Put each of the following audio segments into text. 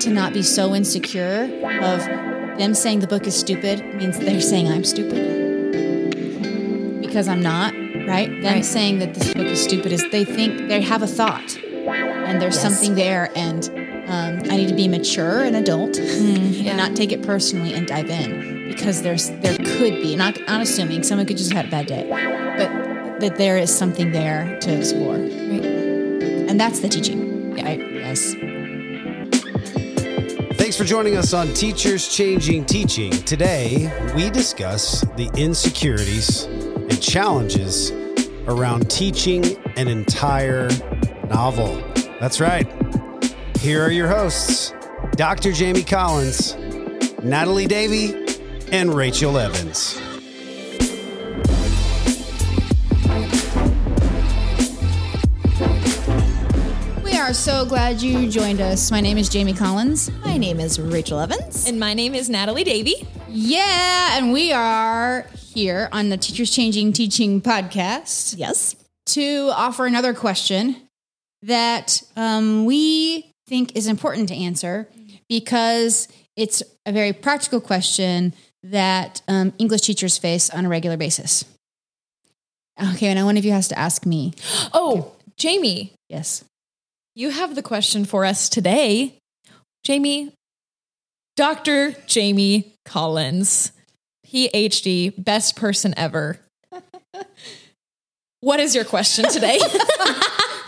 to not be so insecure of them saying the book is stupid means they're saying I'm stupid because I'm not, right? Them Right. saying that this book is stupid is they think they have a thought and there's Yes. something there and um, I need to be mature and adult Mm, yeah. and not take it personally and dive in because there's there could be not not assuming someone could just have had a bad day, but that there is something there to explore, and that's the teaching. Yeah. Right? Yes. Thanks for joining us on Teachers Changing Teaching. Today, we discuss the insecurities and challenges around teaching an entire novel. That's right. Here are your hosts Dr. Jamie Collins, Natalie Davey, and Rachel Evans. We are so glad you joined us. My name is Jamie Collins. My name is Rachel Evans. And my name is Natalie Davey. Yeah, and we are here on the Teachers Changing Teaching podcast. Yes. to offer another question that um, we think is important to answer because it's a very practical question that um, English teachers face on a regular basis. Okay, now one of you has to ask me. Oh, Jamie, Yes. you have the question for us today. Jamie, Dr. Jamie Collins, PhD, best person ever. what is your question today?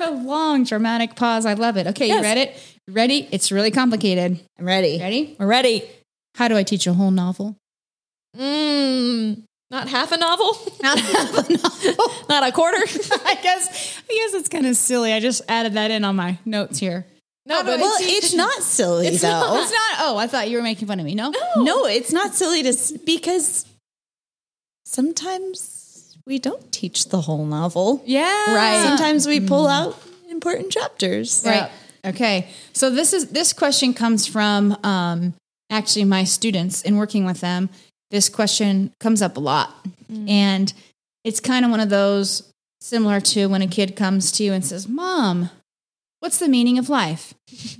A long dramatic pause. I love it. Okay, you Yes. read it? Ready? It's really complicated. I'm ready. Ready? We're ready. How do I teach a whole novel? Mm, not half a novel, Not half a novel. not a quarter. I guess I guess it's kind of silly. I just added that in on my notes here. No, but Well, it's not silly though. It's not. Oh, I thought you were making fun of me. No. No, it's not silly to s- because sometimes we don't teach the whole novel. Yeah. Right. Sometimes we pull out important chapters. Right. Okay. So this is this question comes from um, actually my students in working with them. This question comes up a lot, and it's kind of one of those similar to when a kid comes to you and says, "Mom, what's the meaning of life?"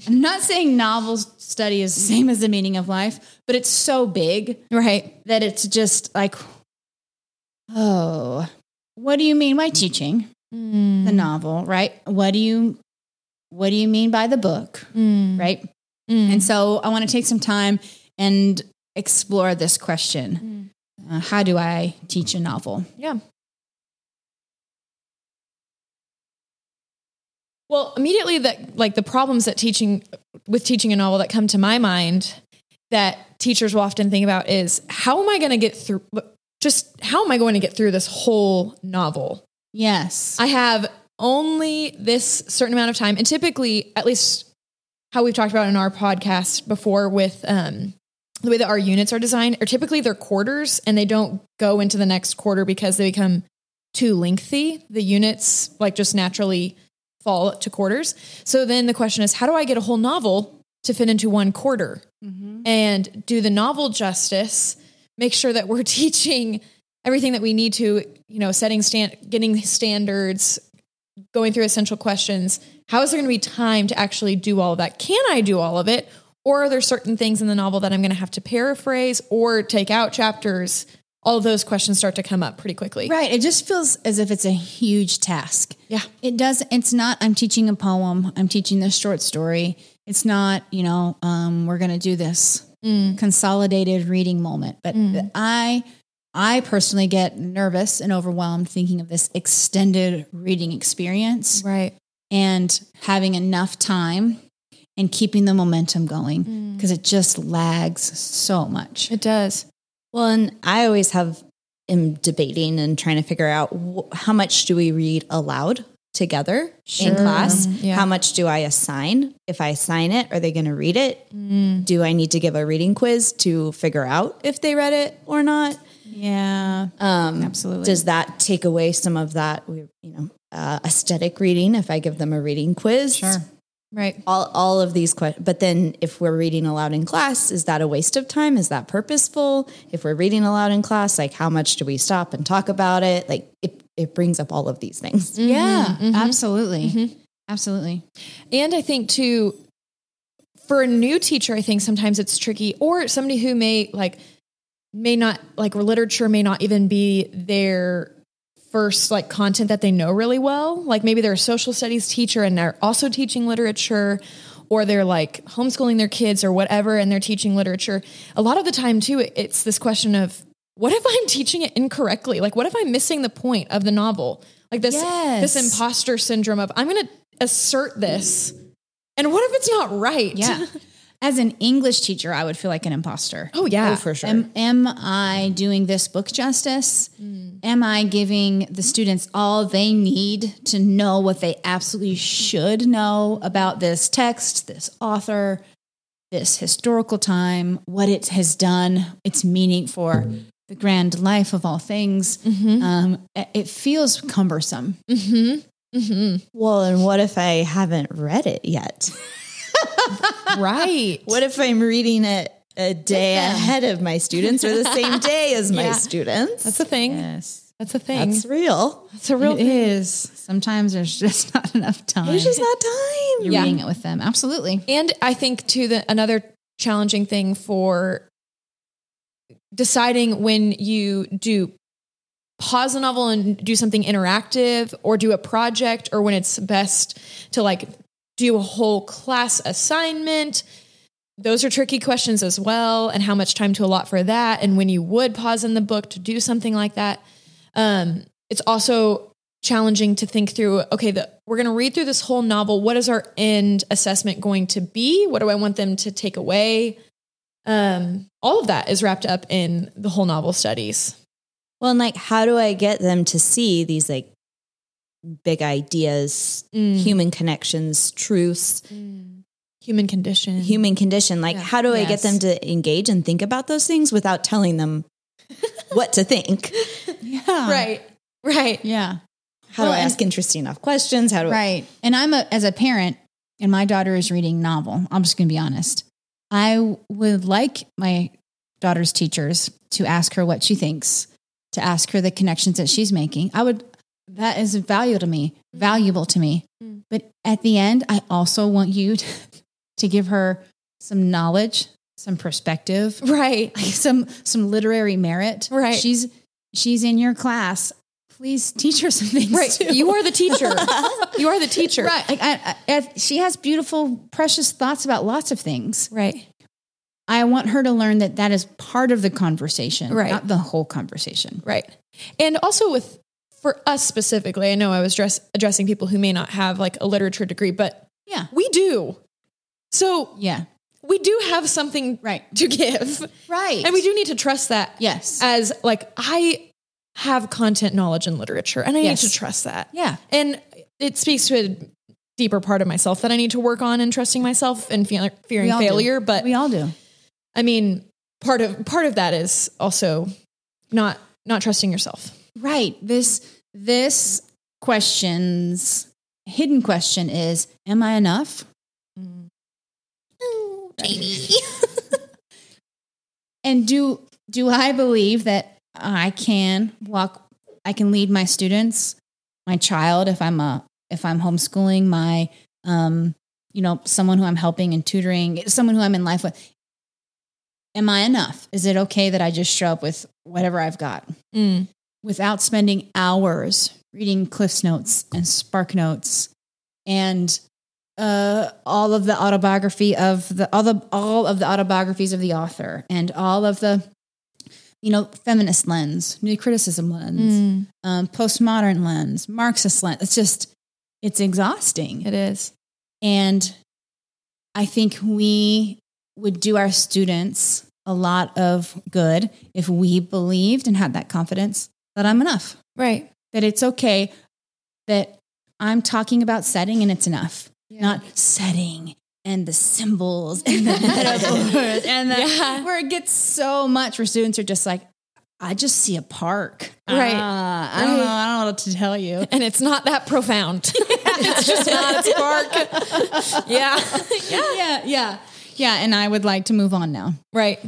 I'm not saying novel study is the same as the meaning of life, but it's so big, right, that it's just like, oh, what do you mean by teaching? the novel, right? What do you what do you mean by the book, right? And so I want to take some time and explore this question. Uh, how do I teach a novel? Yeah. Well, immediately that like the problems that teaching with teaching a novel that come to my mind that teachers will often think about is how am I going to get through just how am I going to get through this whole novel? Yes. I have only this certain amount of time, and typically, at least how we've talked about in our podcast before, with um, the way that our units are designed, are typically they're quarters, and they don't go into the next quarter because they become too lengthy. The units like just naturally fall to quarters. So then the question is, how do I get a whole novel to fit into one quarter? and do the novel justice make sure that we're teaching everything that we need to you know setting stand getting standards going through essential questions how is there going to be time to actually do all of that can i do all of it or are there certain things in the novel that i'm going to have to paraphrase or take out chapters all of those questions start to come up pretty quickly right. It just feels as if it's a huge task. yeah It does. It's not. I'm teaching a poem. I'm teaching this short story. It's not. You know, um, we're going to do this consolidated reading moment. But I, I personally get nervous and overwhelmed thinking of this extended reading experience right and having enough time and keeping the momentum going because it just lags so much. it does Well, and I always have am debating and trying to figure out wh- how much do we read aloud together in class? yeah. How much do I assign? If I assign it, are they going to read it? Mm. Do I need to give a reading quiz to figure out if they read it or not? Yeah. Um, Absolutely. Does that take away some of that, we- you know, uh, aesthetic reading? If I give them a reading quiz, Sure. right all all of these questions. But then, if we're reading aloud in class, is that a waste of time? Is that purposeful? If we're reading aloud in class, like how much do we stop and talk about it? Like it it brings up all of these things. Mm-hmm. Yeah. Absolutely. Absolutely. And I think too, for a new teacher, I think sometimes it's tricky, or somebody who may like may not like literature may not even be their first like content that they know really well. Like maybe they're a social studies teacher and they're also teaching literature or they're like homeschooling their kids or whatever and they're teaching literature. A lot of the time too it- it's this question of what if I'm teaching it incorrectly? Like what if I'm missing the point of the novel? Like this Yes. this imposter syndrome of I'm going to assert this and what if it's not right? Yeah. As an English teacher, I would feel like an imposter. Oh yeah. Am, am I doing this book justice? Am I giving the students all they need to know what they absolutely should know about this text, this author, this historical time, what it has done, its meaning for the grand life of all things? Um, it- it feels cumbersome. Well, and what if I haven't read it yet? right. What if I'm reading it a day ahead of my students or the same day as my students? That's a thing. Yes. That's a thing. That's That's, real. a real It is. Sometimes there's just not enough time. There's just not time. You're reading it with them. Absolutely. And I think too the another challenging thing for deciding when you do pause a novel and do something interactive or do a project or when it's best to like do a whole class assignment. Those are tricky questions as well and how much time to allot for that and when you would pause in the book to do something like that. Um it's also challenging to think through okay the, we're going to read through this whole novel what is our end assessment going to be what do i want them to take away um, all of that is wrapped up in the whole novel studies Well, and like, how do I get them to see these like big ideas, Mm. human connections, truths, Mm-hmm. human condition human condition? Like, how do I get Yes. them to engage and think about those things without telling them what to think? Yeah. right right Yeah. How Well, do I and- ask interesting enough questions? How do I? Right. And I'm a, as a parent, and my daughter is reading novel. I'm just going to be honest. I would like my daughter's teachers to ask her what she thinks, to ask her the connections that she's making. I would, that is valuable to me, valuable to me. Mm. But at the end, I also want you to, to give her some knowledge, some perspective, right like some some literary merit. Right. She's she's in your class. Please teach her some things. right too. you are the teacher you are the teacher Right. Like I, I, if she has beautiful, precious thoughts about lots of things. right I want her to learn that that is part of the conversation, Right. not the whole conversation. Right. And also with for us specifically, I know I was dress, addressing people who may not have like a literature degree, but Yeah. we do. So Yeah. we do have something Right. to give. Right. And we do Uh, need to trust that. Yes. As like I have content knowledge in literature and I Yes. need to trust that. Yeah. And it speaks to a deeper part of myself that I need to work on and trusting myself and fe- fearing all do. failure, but We all do. I mean, part of part of that is also not not trusting yourself. Right. This this question's hidden question is: Am I enough? Mm, and do do I believe that I can walk? I can lead my students, my child, if I'm a if I'm homeschooling my, um, you know, someone who I'm helping and tutoring, someone who I'm in life with. Am I enough? Is it okay that I just show up with whatever I've got? Mm. without spending hours reading Cliff's Notes and Spark Notes and uh, all of the autobiography of the all, the all of the autobiographies of the author and all of the you know feminist lens, new criticism lens, um, postmodern lens, Marxist lens. It's just it's exhausting. It is. And I think we would do our students a lot of good if we believed and had that confidence that I'm enough, Right. that it's okay, that I'm talking about setting and it's enough, not setting and the symbols and the metaphors. And the, Yeah. where it gets so much where students are just like, I just see a park. Right. Ah, I don't know. Right. I don't know what to tell you. And it's not that profound. it's just not a spark. yeah. yeah. Yeah. Yeah. And I would like to move on now. Right.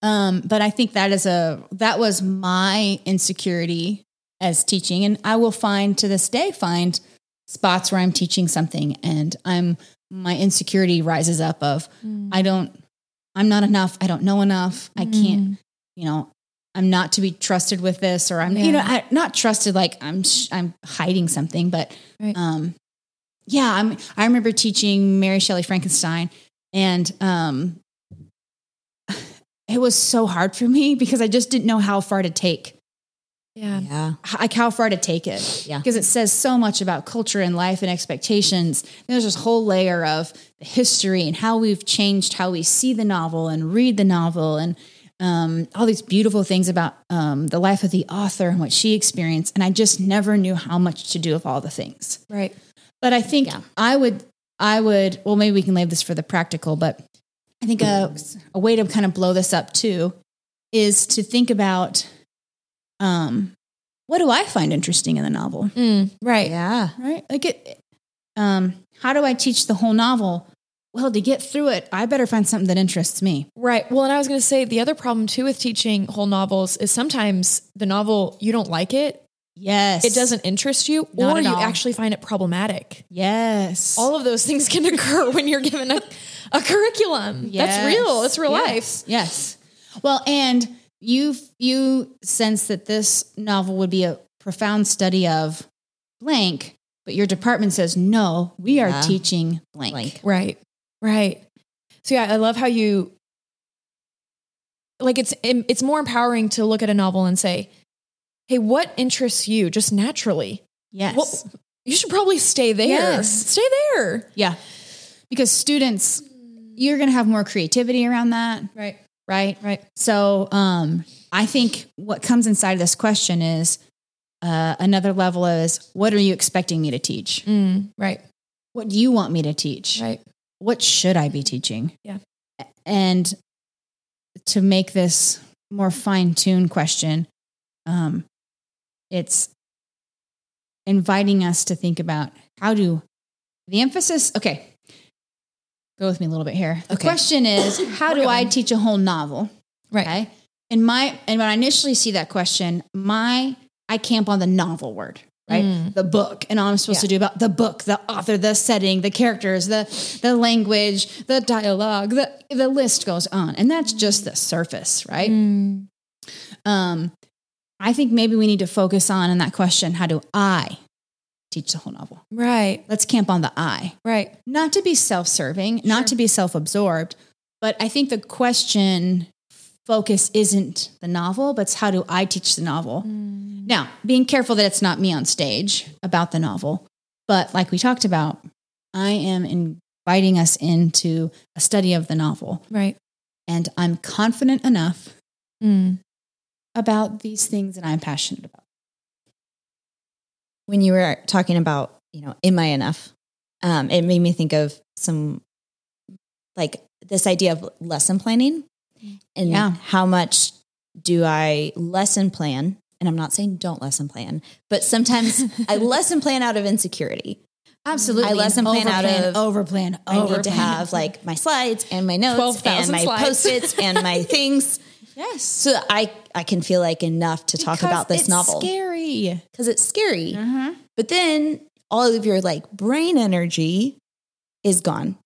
Um, but I think that is a that was my insecurity as teaching, and I will find to this day find spots where I'm teaching something and I'm my insecurity rises up of I don't I'm not enough, I don't know enough, I can't, you know, I'm not to be trusted with this or I'm you know, I, not trusted like I'm sh- I'm hiding something, but Right. um yeah, I'm I remember teaching Mary Shelley Frankenstein and um it was so hard for me because I just didn't know how far to take Yeah. Yeah. like how far to take it. Yeah. Because it says so much about culture and life and expectations. There's this whole layer of the history and how we've changed how we see the novel and read the novel and um, all these beautiful things about um, the life of the author and what she experienced. And I just never knew how much to do of all the things. Right. But I think Yeah. I would, I would, well, maybe we can leave this for the practical, but I think a, a way to kind of blow this up too is to think about um, what do I find interesting in the novel, Mm, right. Yeah. right? Like, it, um, how do I teach the whole novel? Well, to get through it, I better find something that interests me. Right. Well, and I was going to say the other problem too with teaching whole novels is sometimes the novel you don't like it, Yes. it doesn't interest you, Not or at you all. actually find it problematic. Yes. All of those things can occur when you're given a, a curriculum. That's real. It's real Yes. Yes. Well, and you you sense that this novel would be a profound study of blank, but your department says no. We are Yeah. teaching blank. Blank. life. Right. Right. So yeah, I love how you like it's it's more empowering to look at a novel and say, "Hey, what interests you just naturally?" Yes. Well, you should probably stay there. Yes. Stay there. yeah. Because students, you're going to have more creativity around that, Right. right? Right. So, um, I think what comes inside of this question is uh, another level is what are you expecting me to teach? Mm, right. What do you want me to teach? Right. what should I be teaching? Yeah. And to make this more fine tuned question, um, it's inviting us to think about how do the emphasis, okay, go with me a little bit here. The Okay. question is how do I going. teach a whole novel? Right. Okay. And my, and when I initially see that question, my, I camp on the novel word, right? Mm. The book, and all I'm supposed to do about the book, the author, the setting, the characters, the the language, the dialogue, the the list goes on, and that's just the surface, right? Mm, Um, I think maybe we need to focus on in that question: How do I teach the whole novel? right. Let's camp on the I Right. not to be self-serving, not to be self-absorbed, but I think the question focus isn't the novel, but it's how do I teach the novel? Now, being careful that it's not me on stage about the novel, but like we talked about, I am inviting us into a study of the novel, Right. and I'm confident enough Mm. about these things that I'm passionate about. when you were talking about, you know, am I enough? Um, it made me think of some like this idea of lesson planning and Yeah. how much do I lesson plan? And I'm not saying don't lesson plan, but sometimes I lesson plan out of insecurity. Absolutely, I lesson plan out of- overplan. I need to overplan. have like my slides and my notes 12,000 and my slides. post its and my things. yes. So that I, I can feel like enough to talk Because about this it's novel Scary. because it's scary. Uh-huh. But then all of your like brain energy is gone.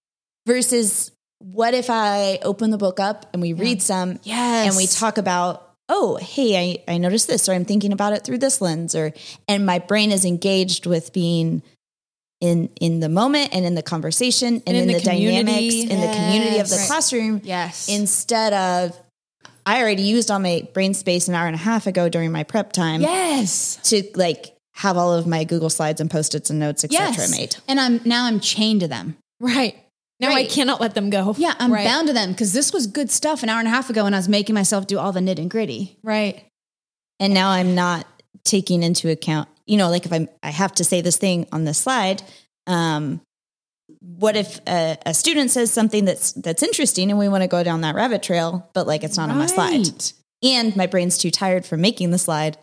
Versus what if I open the book up and we read some Yes. and we talk about, oh, hey, I, I noticed this, or I'm thinking about it through this lens, or and my brain is engaged with being in in the moment and in the conversation and, in, the, dynamics community. in the community of the Yes. classroom Yes. instead of I already used all my brain space an hour and a half ago during my prep time yes. to like have all of my Google slides and post-its and notes, etc. Yes. made. And I'm now I'm chained to them. Right. Now I Right. cannot let them go. Yeah, I'm right. bound to them because this was good stuff an hour and a half ago when I was making myself do all the nitty and gritty. Right. And now I'm not taking into account, you know, like if I'm I have to say this thing on this slide, um what if a, a student says something that's that's interesting and we want to go down that rabbit trail, but like it's not on my slide. Right. And my brain's too tired from making the slide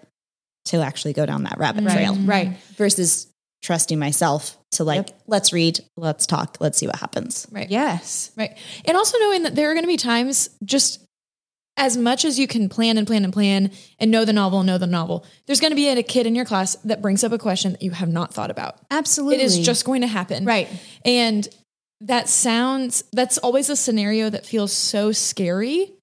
to actually go down that rabbit trail Right. versus trusting myself to like let's read, let's talk, let's see what happens. Right. Yes. Right. And also knowing that there are going to be times just as much as you can plan and plan and plan and know the novel and know the novel, there's going to be a kid in your class that brings up a question that you have not thought about. Absolutely. It is just going to happen. Right. And that sounds that's always a scenario that feels so scary,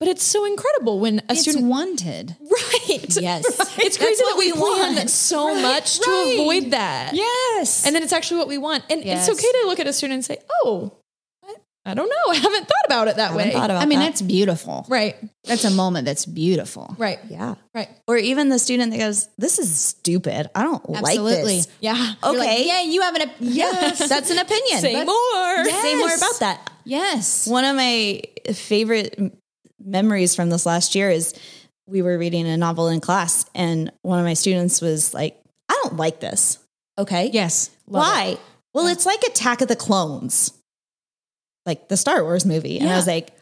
but it's so incredible when a It's student wanted. right. Yes. It's crazy that what we we plan want. so much right. to avoid Uh, that. Yes. And then it's actually what we want. And Yes. it's okay to look at a student and say, "Oh, I, I don't know. I haven't thought about it that Haven't way." thought about I mean, that. that's beautiful. right. That's a moment that's beautiful. Right. yeah. Right. Or even the student that goes, "This is stupid. I don't like Absolutely. this." Yeah. You're like, Okay, yeah, you have an op- yes. that's an opinion. Say But- more. Say more Yes. about that. yes. One of my favorite m- memories from this last year is we were reading a novel in class, and one of my students was like, "I don't like this." Okay, Yes. Why? Well, it's like Attack of the Clones, like the Star Wars movie. And I Yeah. was like,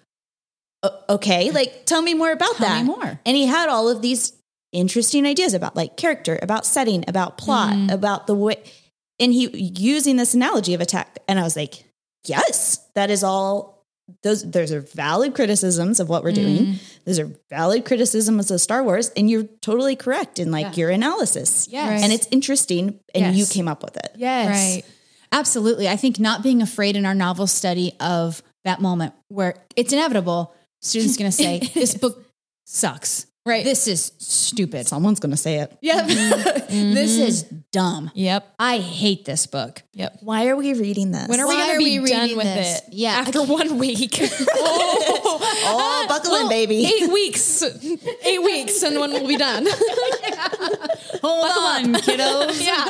"O- okay, like tell me more about Tell that. me more. And he had all of these interesting ideas about like character, about setting, about plot, Mm-hmm. about the way. And he using this analogy of attack. And I was like, yes, that is all. Those those are valid criticisms of what we're doing. Mm-hmm. Those are valid criticisms of Star Wars, and you're totally correct in like Yeah. your analysis. Yes. and it's interesting, and you Yes. came up with it. Yes. Right. Absolutely. I think not being afraid in our novel study of that moment where it's inevitable, students going to say, this book sucks. Right. This is stupid. Mm-hmm. Someone's going to say it. Yep. this is dumb. Yep. I hate this book. Yep. Why are we reading this? When are Why we going are to be we done reading with this? it? Yeah. After one week. oh, buckle in, baby. Eight weeks. Eight weeks and one will be done. Hold on, kiddos. yeah.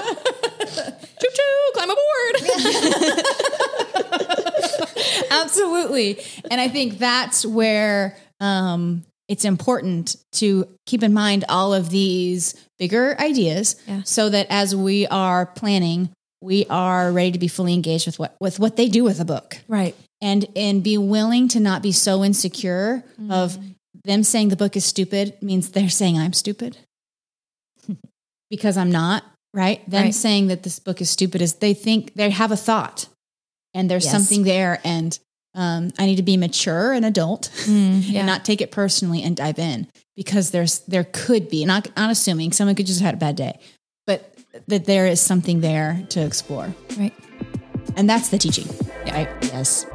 Choo choo, climb aboard. Absolutely. And I think that's where um, it's important to keep in mind all of these bigger ideas Yeah. so that as we are planning, we are ready to be fully engaged with what with what they do with a book. Right. And and be willing to not be so insecure Mm-hmm. of them saying the book is stupid means they're saying I'm stupid. because I'm not, right? Them Right. saying that this book is stupid is they think they have a thought and there's Yes. something there and um, I need to be mature and adult Mm, and not take it personally and dive in because there's there could be not not assuming someone could just have had a bad day, but that there is something there to explore, Right. and that's the teaching. Right. Yes.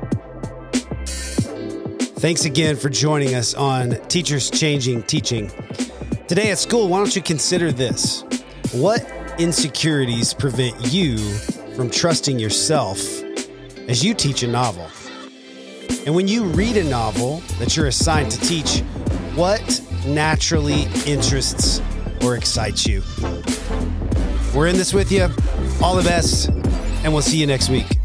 Thanks again for joining us on Teachers Changing Teaching. Today at school, why don't you consider this? What insecurities prevent you from trusting yourself as you teach a novel? And when you read a novel that you're assigned to teach, what naturally interests or excites you? We're in this with you. All the best, and we'll see you next week.